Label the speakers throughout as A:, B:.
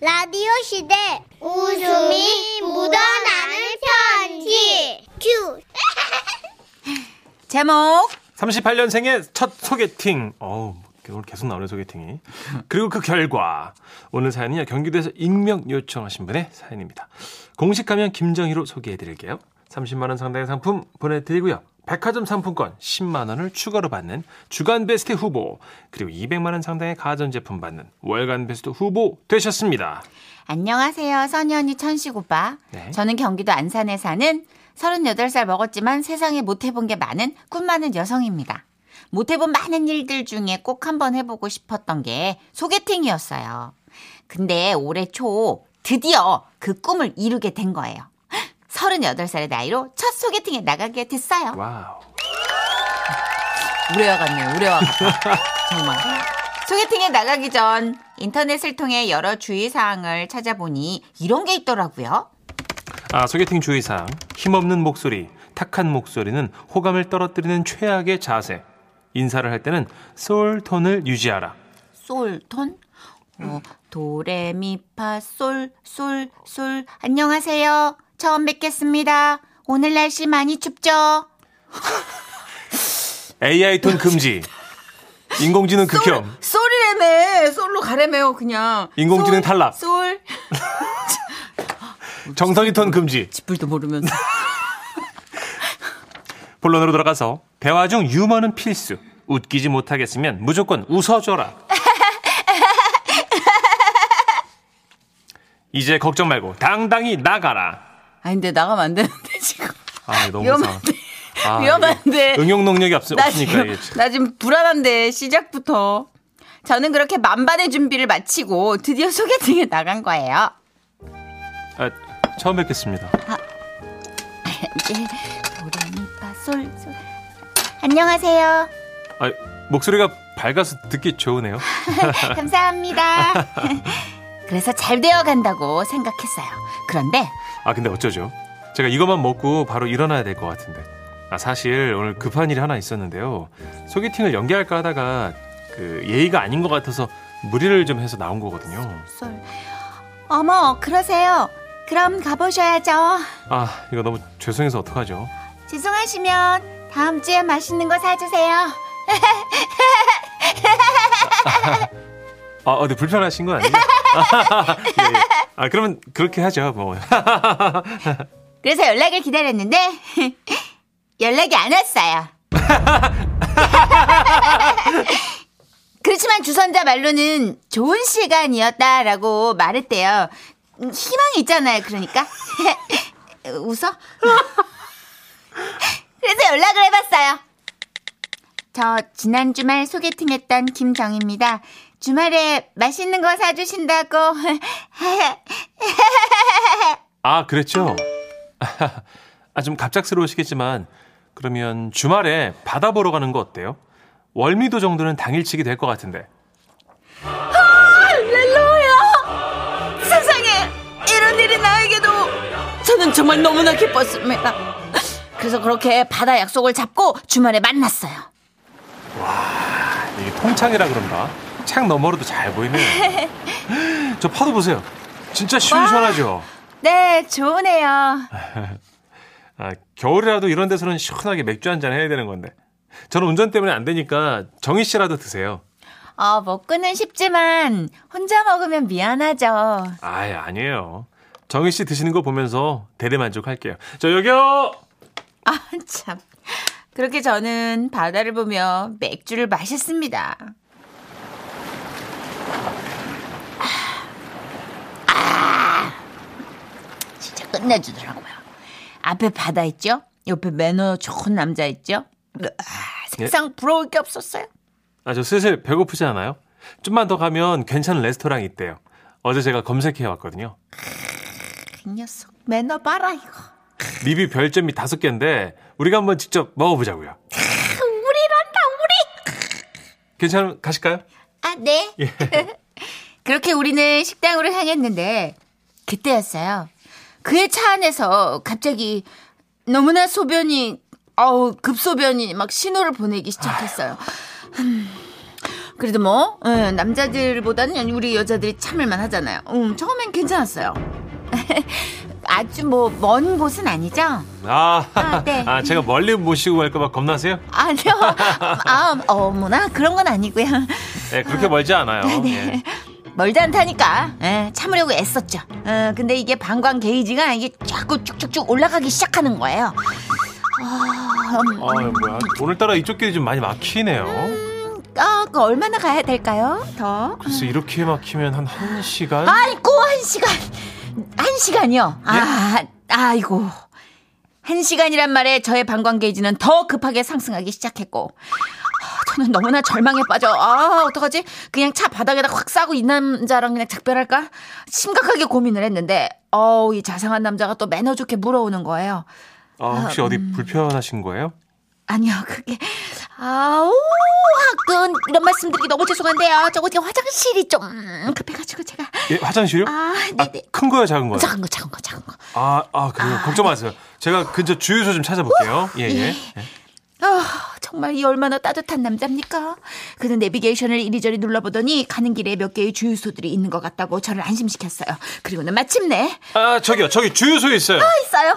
A: 라디오 시대 웃음이 묻어나는 편지 큐
B: 제목
C: 38년생의 첫 소개팅. 어우, 오늘 계속 나오는 소개팅이. 그리고 그 결과. 오늘 사연은요, 경기도에서 익명 요청하신 분의 사연입니다. 공식 가면 김정희로 소개해드릴게요. 30만원 상당의 상품 보내드리고요. 백화점 상품권 10만원을 추가로 받는 주간 베스트 후보, 그리고 200만원 상당의 가전제품 받는 월간 베스트 후보 되셨습니다.
B: 안녕하세요 선현이 천식 오빠
C: 네.
B: 저는 경기도 안산에 사는 38살 먹었지만 세상에 못해본 게 많은 꿈 많은 여성입니다 못해본 많은 일들 중에 꼭 한번 해보고 싶었던 게 소개팅이었어요 근데 올해 초 드디어 그 꿈을 이루게 된 거예요 38살의 나이로 첫 소개팅에 나가게 됐어요
C: 와우.
B: 우려와 같네요. 우려와 같아. 정말. 소개팅에 나가기 전 인터넷을 통해 여러 주의사항을 찾아보니 이런 게 있더라고요.
C: 아, 소개팅 주의사항. 힘없는 목소리, 탁한 목소리는 호감을 떨어뜨리는 최악의 자세. 인사를 할 때는 솔톤을 유지하라.
B: 솔톤, 어, 도레미파 솔, 솔, 솔. 안녕하세요. 처음 뵙겠습니다. 오늘 날씨 많이 춥죠?
C: AI 톤 금지. 인공지능 극혐.
B: 솔이래매. 솔로 가래매요, 그냥.
C: 인공지능
B: 솔,
C: 탈락.
B: 솔.
C: 정선이 톤 금지.
B: 짓불도 모르면서.
C: 본론으로 돌아가서 대화 중 유머는 필수. 웃기지 못하겠으면 무조건 웃어줘라. 이제 걱정 말고 당당히 나가라.
B: 아, 근데 나가면 안 되는데, 지금.
C: 아, 너무
B: 위험한데.
C: 이상하다. 아,
B: 위험한데.
C: 이게 응용 능력이 없,
B: 나
C: 없으니까
B: 지금,
C: 이게
B: 나 지금 불안한데 시작부터 저는 그렇게 만반의 준비를 마치고 드디어 소개팅에 나간 거예요.
C: 아, 처음 뵙겠습니다.
B: 이제 도레미파솔솔 안녕하세요.
C: 아, 목소리가 밝아서 듣기 좋으네요.
B: 감사합니다. 그래서 잘 되어 간다고 생각했어요. 그런데
C: 아 근데 어쩌죠? 제가 이것만 먹고 바로 일어나야 될 것 같은데. 아 사실 오늘 급한 일이 하나 있었는데요. 소개팅을 연기할까 하다가 그 예의가 아닌 것 같아서 무리를 좀 해서 나온 거거든요.
B: 솔 어머 그러세요. 그럼 가보셔야죠.
C: 아 이거 너무 죄송해서 어떡하죠?
B: 죄송하시면 다음 주에 맛있는 거 사주세요.
C: 아 어디 불편하신 건 아니죠? 예, 예. 아 그러면 그렇게 하죠 뭐.
B: 그래서 연락을 기다렸는데 연락이 안 왔어요. 그렇지만 주선자 말로는 좋은 시간이었다라고 말했대요. 음, 희망이 있잖아요. 그러니까 웃어. 그래서 연락을 해봤어요. 저 지난 주말 소개팅했던 김정입니다. 주말에 맛있는 거 사주신다고
C: 아 그랬죠? 아 좀 갑작스러우시겠지만 그러면 주말에 바다 보러 가는 거 어때요? 월미도 정도는 당일치기 될 것 같은데.
B: 할렐루야! 세상에 이런 일이 나에게도 저는 정말 너무나 기뻤습니다. 그래서 그렇게 바다 약속을 잡고 주말에 만났어요.
C: 이게 통창이라 그런가? 창 너머로도 잘 보이네. 저 파도 보세요. 진짜 시원시원하죠?
B: 네, 좋으네요.
C: 아, 겨울이라도 이런 데서는 시원하게 맥주 한잔 해야 되는 건데. 저는 운전 때문에 안 되니까 정희 씨라도 드세요.
B: 어, 먹고는 싶지만 혼자 먹으면 미안하죠.
C: 아예 아니에요. 정희 씨 드시는 거 보면서 대대만족할게요. 저 여기요!
B: 아, 참. 그렇게 저는 바다를 보며 맥주를 마셨습니다. 아. 아. 진짜 끝내주더라고요. 앞에 바다 있죠? 옆에 매너 좋은 남자 있죠? 아, 세상 부러울 게 없었어요.
C: 아, 저 슬슬 배고프지 않아요? 좀만 더 가면 괜찮은 레스토랑이 있대요. 어제 제가 검색해 왔거든요.
B: 그 녀석 매너 봐라 이거.
C: 리뷰 별점이 다섯 개인데 우리가 한번 직접 먹어보자고요.
B: 우리란다 우리.
C: 괜찮으면 가실까요?
B: 아 네. 그렇게 우리는 식당으로 향했는데 그때였어요. 그의 차 안에서 갑자기 너무나 소변이 어우 급소변이 막 신호를 보내기 시작했어요. 음, 그래도 뭐 예, 남자들보다는 우리 여자들이 참을만 하잖아요. 음, 처음엔 괜찮았어요. 아주 뭐 먼 곳은 아니죠?
C: 아,
B: 아, 네.
C: 아, 제가 멀리 모시고 갈까봐 겁나세요?
B: 아니요. 아, 어머나 그런 건 아니고요.
C: 네, 그렇게 멀지 않아요. 예.
B: 멀지 않다니까 예, 참으려고 애썼죠. 어, 근데 이게 방광 게이지가 이게 자꾸 쭉쭉쭉 올라가기 시작하는 거예요. 아, 음,
C: 아, 뭐야. 오늘따라 이쪽 길이 좀 많이 막히네요.
B: 아, 그 얼마나 가야 될까요? 더?
C: 글쎄, 이렇게 막히면 한 1시간?
B: 아이고 한 시간 한 시간이요. 아 아이고 한 시간이란 말에 저의 방광 게이지는 더 급하게 상승하기 시작했고 아, 저는 너무나 절망에 빠져 아 어떡하지 그냥 차 바닥에다 확 싸고 이 남자랑 그냥 작별할까 심각하게 고민을 했는데 어우 이 자상한 남자가 또 매너 좋게 물어오는 거예요.
C: 아, 혹시 어디 불편하신 거예요?
B: 아니요, 그게 아우 학군 이런 말씀드리기 너무 죄송한데요. 저거 지금 화장실이 좀 급해가지고 제가
C: 예, 화장실이요?
B: 아
C: 아,
B: 네네
C: 큰 거예요, 작은 거예요?
B: 작은 거 작은 거 작은 거
C: 아, 아, 그래요. 걱정 마세요. 제가 근처 주유소 좀 찾아볼게요.
B: 어?
C: 예, 예.
B: 아, 정말 이 얼마나 따뜻한 남자입니까? 그는 내비게이션을 이리저리 눌러보더니 가는 길에 몇 개의 주유소들이 있는 것 같다고 저를 안심시켰어요. 그리고는 마침내
C: 아, 저기요. 저기 주유소에 있어요.
B: 있어요.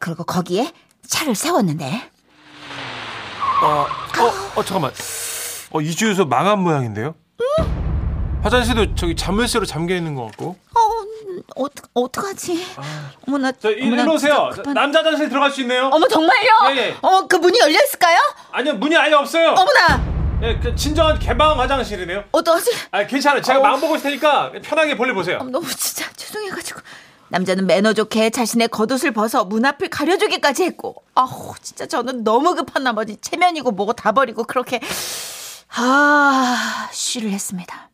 B: 그리고 거기에 차를 세웠는데 아,
C: 어, 어, 어, 잠깐만. 어, 이 주유소 망한 모양인데요? 화장실도 저기 자물쇠로 잠겨 있는 것 같고.
B: 어, 어떡, 어떡하지? 어머나,
C: 자, 아. 이- 일로 오세요.
B: 진짜 급한-
C: 남자 화장실 들어갈 수 있네요.
B: 어머 정말요?
C: 예, 예.
B: 어머 그 문이 열려 있을까요?
C: 아니요, 문이 아예 없어요.
B: 어머나,
C: 예, 그 진정한 개방 화장실이네요.
B: 어떡하지?
C: 아, 괜찮아요. 제가 마음 보고 있을 테니까 편하게 볼일 보세요.
B: 너무 진짜 죄송해가지고 남자는 매너 좋게 자신의 겉옷을 벗어 문 앞을 가려주기까지 했고 아우 진짜 저는 너무 급한 나머지 체면이고 뭐고 다 버리고 그렇게 아 쉬를 했습니다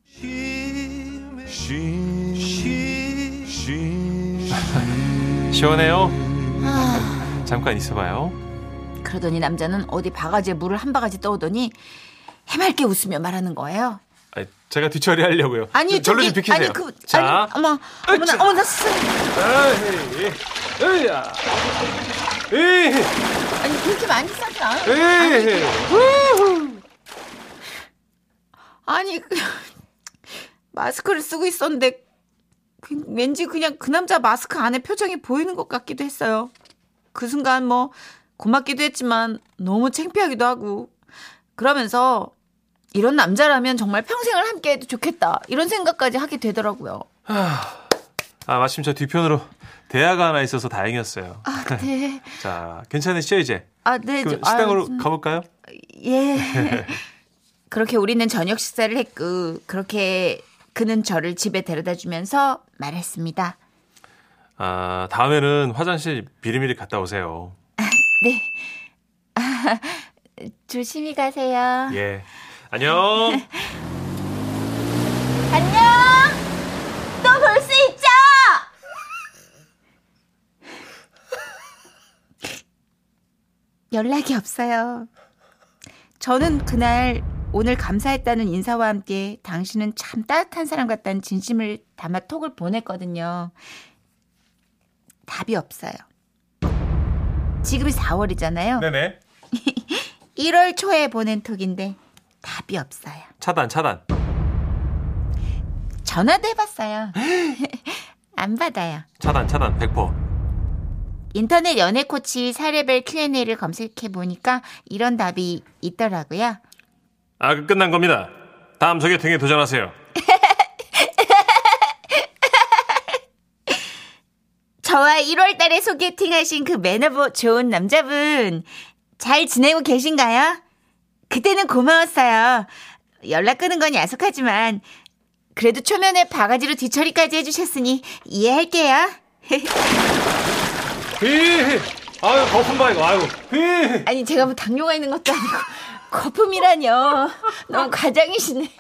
C: 시원해요.
B: 아.
C: 잠깐 있어봐요.
B: 그러더니 남자는 어디 바가지에 물을 한 바가지 떠오더니 해맑게 웃으며 말하는 거예요
C: 아, 제가 뒤처리 하려고요.
B: 아니
C: 절로 좀
B: 저기,
C: 비키세요.
B: 아니 그
C: 자,
B: 아니 어머 어머나
C: 으쌰.
B: 어머나 쓰-
C: 에이, 에이야, 에이,
B: 아니 그렇게 많이 싸지 않아
C: 에이.
B: 아니 그- 마스크를 쓰고 있었는데 그- 왠지 그냥 그 남자 마스크 안에 표정이 보이는 것 같기도 했어요. 그 순간 뭐 고맙기도 했지만 너무 창피하기도 하고 그러면서 이런 남자라면 정말 평생을 함께해도 좋겠다 이런 생각까지 하게 되더라고요.
C: 아 마침 저 뒤편으로 대화가 하나 있어서 다행이었어요.
B: 아 네,
C: 자, 괜찮으시죠 이제?
B: 아 네,
C: 그
B: 저- 아,
C: 식당으로
B: 좀-
C: 가볼까요?
B: 예. 그렇게 우리는 저녁 식사를 했고 그렇게 그는 저를 집에 데려다 주면서 말했습니다.
C: 아 다음에는 화장실 미리미리 갔다 오세요.
B: 네. 조심히 가세요.
C: 예. 안녕.
A: 안녕. 또 볼 수 있죠?
B: 연락이 없어요. 저는 그날 오늘 감사했다는 인사와 함께 당신은 참 따뜻한 사람 같다는 진심을 담아 톡을 보냈거든요. 답이 없어요. 지금이 4월이잖아요.
C: 네네.
B: 1월 초에 보낸 톡인데 답이 없어요.
C: 차단 차단.
B: 전화도 해봤어요. 안 받아요.
C: 차단 차단 100%.
B: 인터넷 연애 코치 사례별 Q&A를 검색해 보니까 이런 답이 있더라고요.
C: 아 끝난 겁니다. 다음 소개팅에 도전하세요.
B: 저와 1월 달에 소개팅하신 그 매너보 좋은 남자분 잘 지내고 계신가요? 그때는 고마웠어요. 연락 끄는 건 야속하지만 그래도 초면에 바가지로 뒤처리까지 해주셨으니 이해할게요.
C: 히히. 아유 거품 봐 이거. 아유. 히히.
B: 아니 제가 뭐 당뇨가 있는 것도 아니고 거품이라뇨. 너무 과장이시네.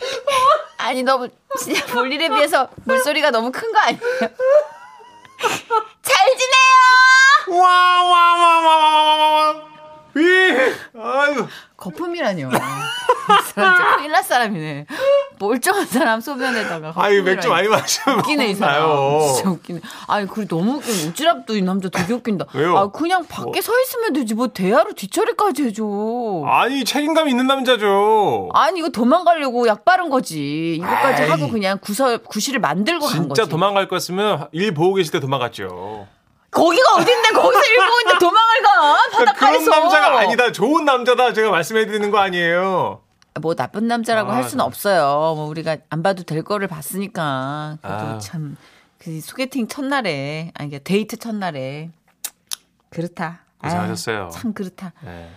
B: 아니 너무 진짜 볼일에 비해서 물소리가 너무 큰 거 아니에요? 잘 지내요.
C: 와와와와와와와. 히히. 아유.
B: 거품이라뇨. 이 사람 진짜 큰일 날 사람이네. 멀쩡한 사람 소변에다가.
C: 아유 맥주
B: 거품이라뇨.
C: 많이 마시면
B: 웃기네 이 사람. 진짜 웃기네. 아니 그리고 너무 웃긴 우지랖도 이 남자 되게 웃긴다.
C: 왜요?
B: 아 그냥 밖에
C: 뭐.
B: 서 있으면 되지 뭐 대화로 뒷처리까지 해줘.
C: 아니 책임감 있는 남자죠.
B: 아니 이거 도망가려고 약 바른 거지. 이거까지
C: 아이.
B: 하고 그냥 구서 구실을 만들고 간 거지.
C: 진짜 도망갈 것 같으면 일 보고 계실 때 도망갔죠.
B: 거기가 어딘데 거기서 일본인데 도망을 가
C: 그러니까
B: 바닷가에서.
C: 그런 남자가 아니다. 좋은 남자다. 제가 말씀해 드리는 거 아니에요.
B: 뭐 나쁜 남자라고
C: 아,
B: 할 수는
C: 정말.
B: 없어요. 뭐 우리가 안 봐도 될 거를 봤으니까 그래도
C: 아유.
B: 참. 그 소개팅 첫날에 아니 그러니까 데이트 첫날에 그렇다. 아유,
C: 고생하셨어요.
B: 참 그렇다.
C: 네.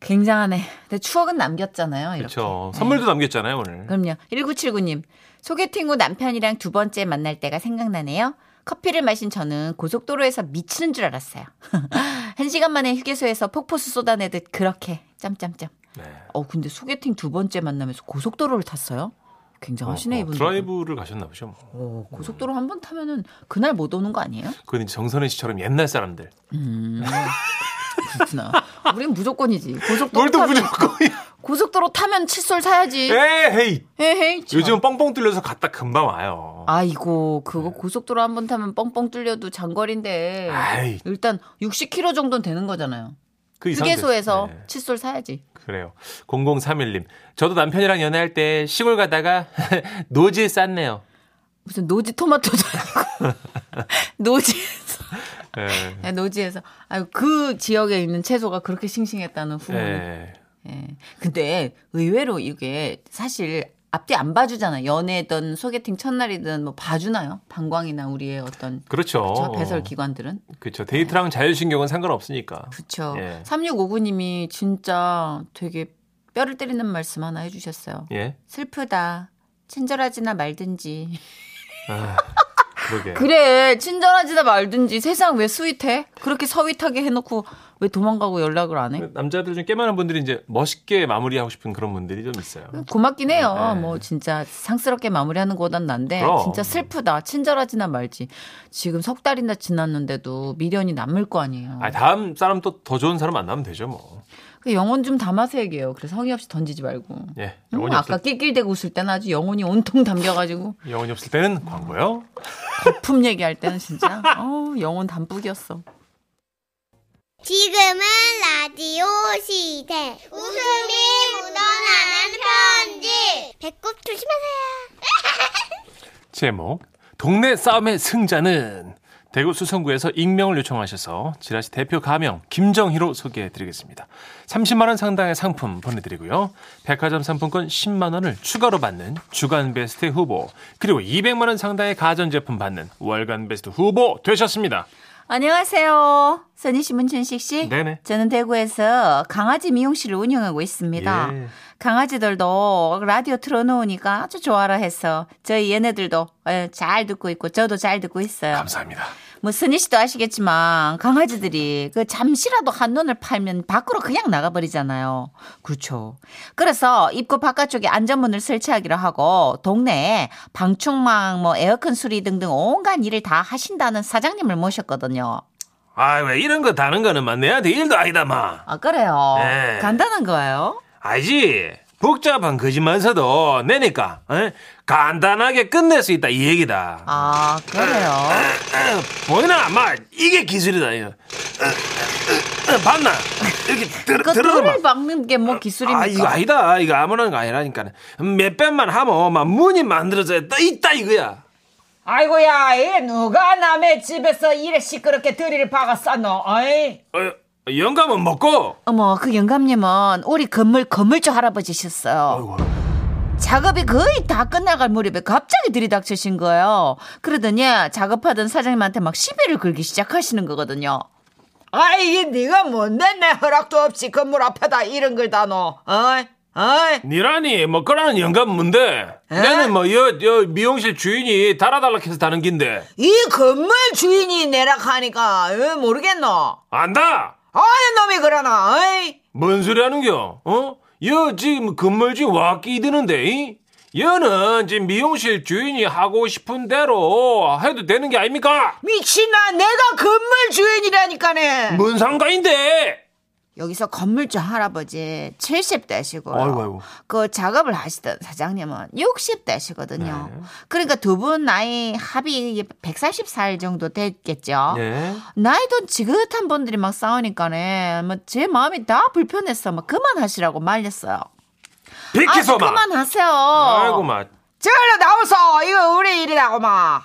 B: 굉장하네. 근데 추억은 남겼잖아요. 이렇게.
C: 그렇죠. 선물도 남겼잖아요 오늘.
B: 네. 그럼요. 1979님. 소개팅 후 남편이랑 두 번째 만날 때가 생각나네요. 커피를 마신 저는 고속도로에서 미치는 줄 알았어요. 한 시간 만에 휴게소에서 폭포수 쏟아내듯 그렇게 짬짬짬.
C: 네.
B: 어 근데 소개팅 두 번째 만나면서 고속도로를 탔어요? 굉장하시네
C: 어,
B: 이분.
C: 드라이브를 가셨나 보죠. 뭐.
B: 오, 고속도로 한 번 타면은 그날 못 오는 거 아니에요?
C: 그건 이제 정선혜 씨처럼 옛날 사람들.
B: 음. 그렇구나. 우린 무조건이지.
C: 뭘
B: 고속도로
C: 또
B: 타면
C: 무조건이야. 예?
B: 고속도로 타면 칫솔 사야지.
C: 에헤이.
B: 에헤이. 참.
C: 요즘 뻥뻥 뚫려서 갔다 금방 와요.
B: 그렇죠. 아이고 그거 고속도로 한 번 타면 뻥뻥 뚫려도 장거리인데
C: 네. 아이.
B: 일단 60km 정도는 되는 거잖아요.
C: 그 이상
B: 휴게소에서
C: 됐어요. 네,
B: 칫솔 사야지.
C: 그래요. 0031님. 저도 남편이랑 연애할 때 시골 가다가 노지에 쌌네요.
B: 무슨 노지 토마토도 아니고 노지에서
C: 예.
B: 네, 노지에서 아유 그 지역에 있는 채소가 그렇게 싱싱했다는 후문.
C: 예.
B: 예. 근데 의외로 이게 사실 앞뒤 안 봐주잖아. 연애든 소개팅 첫날이든 뭐 봐주나요? 방광이나 우리의 어떤
C: 그렇죠.
B: 저 배설 기관들은
C: 그렇죠. 데이트랑 자율신경은 상관없으니까.
B: 그렇죠.
C: 예.
B: 3659님이 진짜 되게 뼈를 때리는 말씀 하나 해주셨어요.
C: 예.
B: 슬프다. 친절하지나 말든지.
C: 아, 그러게.
B: 그래, 친절하지나 말든지. 세상 왜 스윗해? 그렇게 서윗하게 해놓고 왜 도망가고 연락을 안 해?
C: 남자들 중 깨만한 분들이 이제 멋있게 마무리하고 싶은 그런 분들이 좀 있어요.
B: 고맙긴 해요.
C: 네.
B: 뭐 진짜 상스럽게 마무리하는 거보단 난데
C: 그럼.
B: 진짜 슬프다. 친절하지나 말지. 지금 석 달이나 지났는데도 미련이 남을 거 아니에요.
C: 아, 다음 사람 또 더 좋은 사람 만나면 되죠, 뭐.
B: 그 영혼 좀 담아서 얘기해요. 그래서 성의 없이 던지지 말고.
C: 예.
B: 음,
C: 영혼이,
B: 아까
C: 없을,
B: 낄낄대고 웃을 때는 아주 영혼이 온통 담겨가지고
C: 영혼이 없을 때는 광고요.
B: 거품 얘기할 때는 진짜 어 영혼 담뿍이었어.
A: 지금은 라디오 시대. 웃음이 묻어나는 편지. 배꼽 조심하세요.
C: 제목 동네 싸움의 승자는 대구 수성구에서 익명을 요청하셔서 지라시 대표 가명 김정희로 소개해드리겠습니다. 30만 원 상당의 상품 보내드리고요. 백화점 상품권 10만 원을 추가로 받는 주간 베스트 후보 그리고 200만 원 상당의 가전제품 받는 월간 베스트 후보 되셨습니다.
B: 안녕하세요, 선희 씨, 문춘식 씨.
C: 네네.
B: 저는 대구에서 강아지 미용실을 운영하고 있습니다.
C: 예.
B: 강아지들도 라디오 틀어놓으니까 아주 좋아라 해서 저희 얘네들도 예, 잘 듣고 있고 저도 잘 듣고 있어요.
C: 예, 감사합니다.
B: 뭐 선희 씨도 아시겠지만 강아지들이 그 잠시라도 한눈을 팔면 밖으로 그냥 나가버리잖아요. 그렇죠. 그래서 입구 바깥쪽에 안전문을 설치하기로 하고 동네에 방충망 뭐 에어컨 수리 등등 온갖 일을 다 하신다는 사장님을 모셨거든요.
C: 아 왜 이런 거 다는 거는 막 내한테 일도 아니다 마.
B: 아 그래요.
C: 네.
B: 간단한 거예요.
C: 알지? 복잡한 거지만서도 내니까 에? 간단하게 끝낼 수 있다 이 얘기다.
B: 아 그래요.
C: 네. 보이나 마 이게 기술이다 이거. 어, 어, 어, 봤나 이렇게 들,
B: 그
C: 들어봐
B: 털을 막는 게 뭐 기술입니까?
C: 아 이거 아니다 이거 아무런 거 아니라니까 몇 번만 하면 막 문이 만들어져 떠 있다 이거야
D: 아이고야, 이 누가 남의 집에서 이래 시끄럽게 들이를 박았었노, 어이?
C: 어, 영감은 먹고
B: 어머 그 영감님은 우리 건물 건물주 할아버지셨어요.
C: 아이고,
B: 작업이 거의 다 끝나갈 무렵에 갑자기 들이닥치신 거예요. 그러더니 작업하던 사장님한테 막 시비를 걸기 시작하시는 거거든요.
D: 아이, 네가 뭔데 내 허락도 없이 건물 앞에다 이런 걸 다노, 어이? 어이?
C: 니라니 먹거라는 영감 뭔데
D: 에?
C: 나는 뭐여 여 미용실 주인이 달아달라 해서 다는 긴데
D: 이 건물 주인이 내락하니까, 어, 모르겠노?
C: 안다
D: 어느 놈이 그러나, 어이?
C: 뭔 소리 하는겨? 어? 여 지금 건물주 와 끼드는데 이? 여는 지금 미용실 주인이 하고 싶은 대로 해도 되는 게 아닙니까? 뭐-
D: 미친나, 내가 건물 주인이라니까네.
C: 뭔 상관인데?
B: 여기서 건물주 할아버지 70대시고
C: 아이고, 아이고.
B: 그 작업을 하시던 사장님은 60대시거든요.
C: 네.
B: 그러니까 두 분 나이 합이 140살 정도 됐겠죠.
C: 예.
B: 아, 나이도 지긋한 분들이 막 싸우니까네. 뭐제 마음이 다 불편했어. 막 그만하시라고 말렸어요. 아,
C: 비키소마.
B: 그만하세요.
C: 아이고 마.
B: 저로 나오소. 이거 우리 일이라고 마.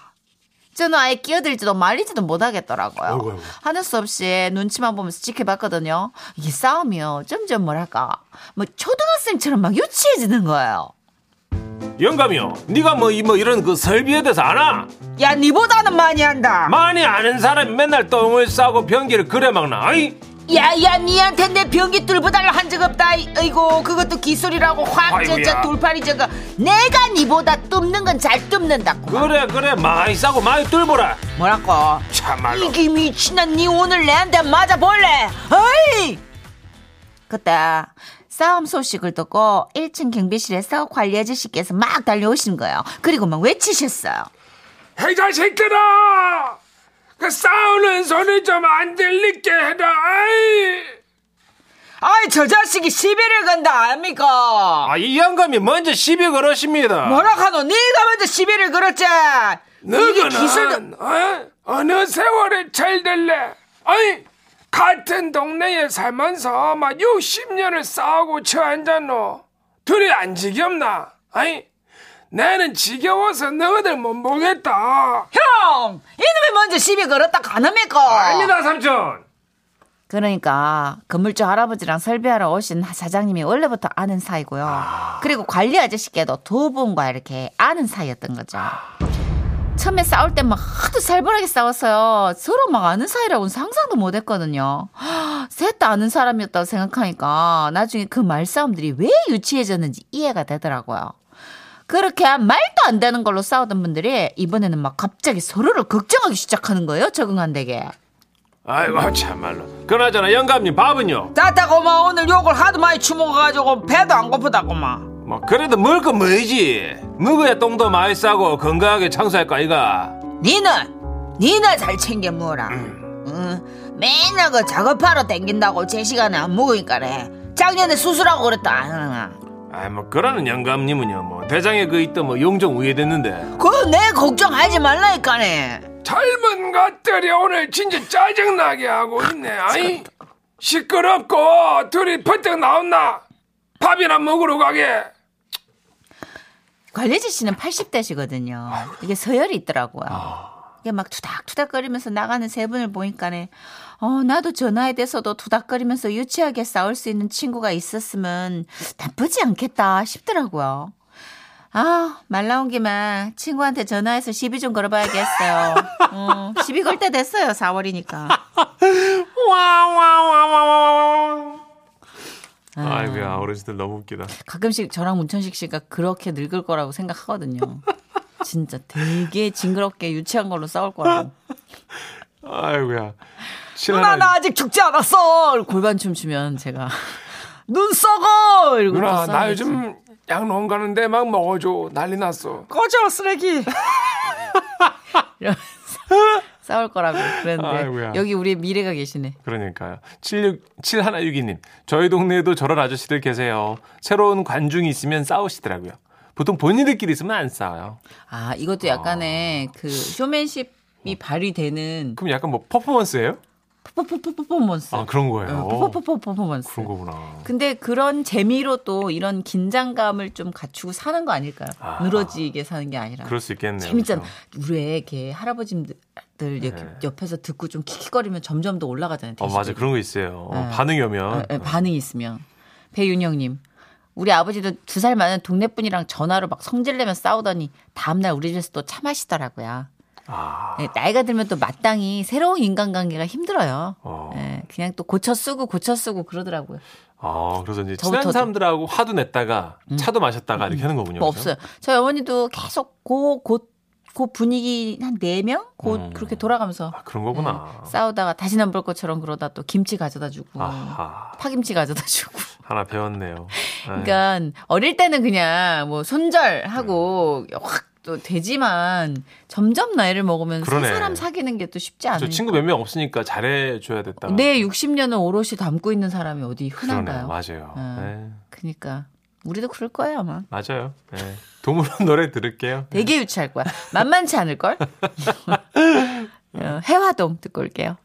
B: 저는 아예 끼어들지도 말리지도 못하겠더라고요.
C: 아이고, 아이고.
B: 하는 수 없이 눈치만 보면서 지켜봤거든요. 이게 싸움이요. 점점 뭐랄까. 뭐 초등학생처럼 막 유치해지는 거예요.
C: 영감이요. 네가 뭐, 이- 뭐 이런 그 설비에 대해서 아나?
B: 야, 니보다는 많이 한다.
C: 많이 아는 사람이 맨날 똥을 싸고 변기를 그래 막나. 아이.
B: 야, 야, 니한테 내 변기 뚫보달라 한 적 없다. 이- 아이고, 그것도 기술이라고 확, 저,
C: 아이고야.
B: 저, 돌팔이 저거. 내가 니보다 뚫는 건 잘 뚫는다고.
C: 그래 그래 많이 싸고 많이 뚫보라.
B: 뭐라고?
C: 참말로.
B: 이게 미친년 니 오늘 내한테 맞아볼래 어이 그때 싸움 소식을 듣고 1층 경비실에서 관리 아저씨께서 막 달려오신 거예요 그리고 막 외치셨어요
C: 해자 새끼들아. 그 싸우는 소리 좀 안 들리게 해라. 아이.
B: 아이 저 자식이 시비를 건다 아닙니까
C: 아, 이 영감이 먼저 시비 걸으십니다.
B: 하노 네가 먼저 시비를 걸었지
C: 너는 어? 어느 세월에 잘 될래? 아니 같은 동네에 살면서 막 60년을 싸우고 처앉았노 둘이 안 지겹나? 아니 나는 지겨워서 너희들 못 보겠다
B: 형 이놈이 먼저 시비 걸었다 가늠니까
C: 아니다 삼촌
B: 그러니까 건물주 할아버지랑 설비하러 오신 사장님이 원래부터 아는 사이고요. 그리고 관리 아저씨께도 두 분과 이렇게 아는 사이였던 거죠. 처음에 싸울 때 막 하도 살벌하게 싸웠어요. 서로 막 아는 사이라고는 상상도 못 했거든요. 셋 다 아는 사람이었다고 생각하니까 나중에 그 말싸움들이 왜 유치해졌는지 이해가 되더라고요. 그렇게 한 말도 안 되는 걸로 싸우던 분들이 이번에는 막 갑자기 서로를 걱정하기 시작하는 거예요. 적응 안 되게.
C: 아이고 참말로 그나저나 영감님 밥은요?
B: 따따고마 오늘 욕을 하도 많이 추먹어가지고 배도 안 고프다고마
C: 뭐 그래도 먹을 건 뭐지 먹어야 똥도 많이 싸고 건강하게 창수할 거 아이가
B: 니는 니나 잘 챙겨 먹어라 응, 맨날 그 작업하러 댕긴다고 제 시간에 안 먹으니까래 작년에 수술하고 그랬다 안 하나.
C: 아이 뭐 그러는 영감님은요 뭐 대장에 그 있던 뭐 용종 우회됐는데
B: 그거 내 걱정하지 말라니까네
C: 젊은 것들이 오늘 진짜 짜증나게 하고 있네. 아이 시끄럽고 둘이 퍼뜩 나온나. 밥이나 먹으러 가게.
B: 관리지 씨는 80대시거든요 이게 서열이 있더라고요 이게 막 투닥투닥거리면서 나가는 세 분을 보니까네 어 나도 전화에 대해서도 투닥거리면서 유치하게 싸울 수 있는 친구가 있었으면 나쁘지 않겠다 싶더라고요 아, 말 나온 김에 친구한테 전화해서 시비 좀 걸어봐야겠어요. 어, 시비 걸 때 됐어요, 4월이니까.
C: 와와와와와. 아이고야 어르신들 너무 웃기다.
B: 가끔씩 저랑 문천식 씨가 그렇게 늙을 거라고 생각하거든요. 진짜 되게 징그럽게 유치한 걸로 싸울 거라고.
C: 아이고야.
B: 누나, 나
C: 친하나
B: 아직 죽지 않았어! 골반춤 추면 제가. 눈 썩어! 이러고 또
C: 누나 나
B: 싸우겠지.
C: 요즘 양농 가는데 막 먹어줘 난리 났어.
B: 꺼져, 쓰레기! 이러면서 싸울 거라고 그랬는데.
C: 아이고야.
B: 여기 우리 미래가 계시네.
C: 그러니까요. 76, 7162님. 저희 동네에도 저런 아저씨들 계세요. 새로운 관중이 있으면 싸우시더라고요. 보통 본인들끼리 있으면 안 싸워요.
B: 아, 이것도 약간의
C: 아.
B: 그 쇼맨십이 발휘되는
C: 그럼 약간 뭐 퍼포먼스예요?
B: 퍼포먼스.
C: 아 그런 거예요.
B: 어, 퍼포퍼 퍼포먼스.
C: 그런 거구나.
B: 근데 그런 재미로 또 이런 긴장감을 좀 갖추고 사는 거 아닐까요?
C: 아.
B: 늘어지게 사는 게 아니라.
C: 그럴 수 있겠네요.
B: 재밌잖아.
C: 그죠?
B: 우리 왜 이렇게 할아버지들 이렇게
C: 네.
B: 옆에서 듣고 좀 킥킥거리면 점점 더 올라가잖아요.
C: 어 맞아 그런 거 있어요. 어,
B: 네.
C: 반응이 오면
B: 예, 예, 반응이 있으면. 배윤영님. 우리 아버지도 두 살 많은 동네 분이랑 전화로 막 성질내면 싸우더니 다음날 우리 집에서 또 차 마시더라고요.
C: 아
B: 예, 나이가 들면 또 마땅히 새로운 인간관계가 힘들어요.
C: 어.
B: 예, 그냥 또 고쳐 쓰고 고쳐 쓰고 그러더라고요.
C: 어, 그래서 이제
B: 저부터
C: 친한 사람들하고 화도 냈다가 차도 마셨다가 이렇게 하는
B: 음.
C: 거군요.
B: 뭐
C: 그죠?
B: 없어요. 저희 어머니도 계속 고, 고, 고 분위기 한 네명고
C: 음.
B: 그렇게 돌아가면서
C: 아 그런 거구나.
B: 예, 싸우다가 다시는 안 볼 것처럼 그러다 또 김치 가져다 주고
C: 아하 네.
B: 파김치 가져다 주고.
C: 하나 배웠네요. 예. 음.
B: 그러니까 어릴 때는 그냥 뭐 손절하고 확 또 되지만 점점 나이를 먹으면 새
C: 그러네.
B: 사람 사귀는 게 또 쉽지 않아요.
C: 저 친구 몇 명 없으니까 잘해줘야 됐다.
B: 내 60년을 오롯이 담고 있는 사람이 어디 흔한가요?
C: 네, 그러네요. 맞아요.
B: 음.
C: 네.
B: 그러니까 우리도 그럴 거예요 아마.
C: 맞아요. 네. 동물원 노래 들을게요.
B: 되게 유치할 거야. 만만치 않을 걸. 해화동 어, 듣고 올게요.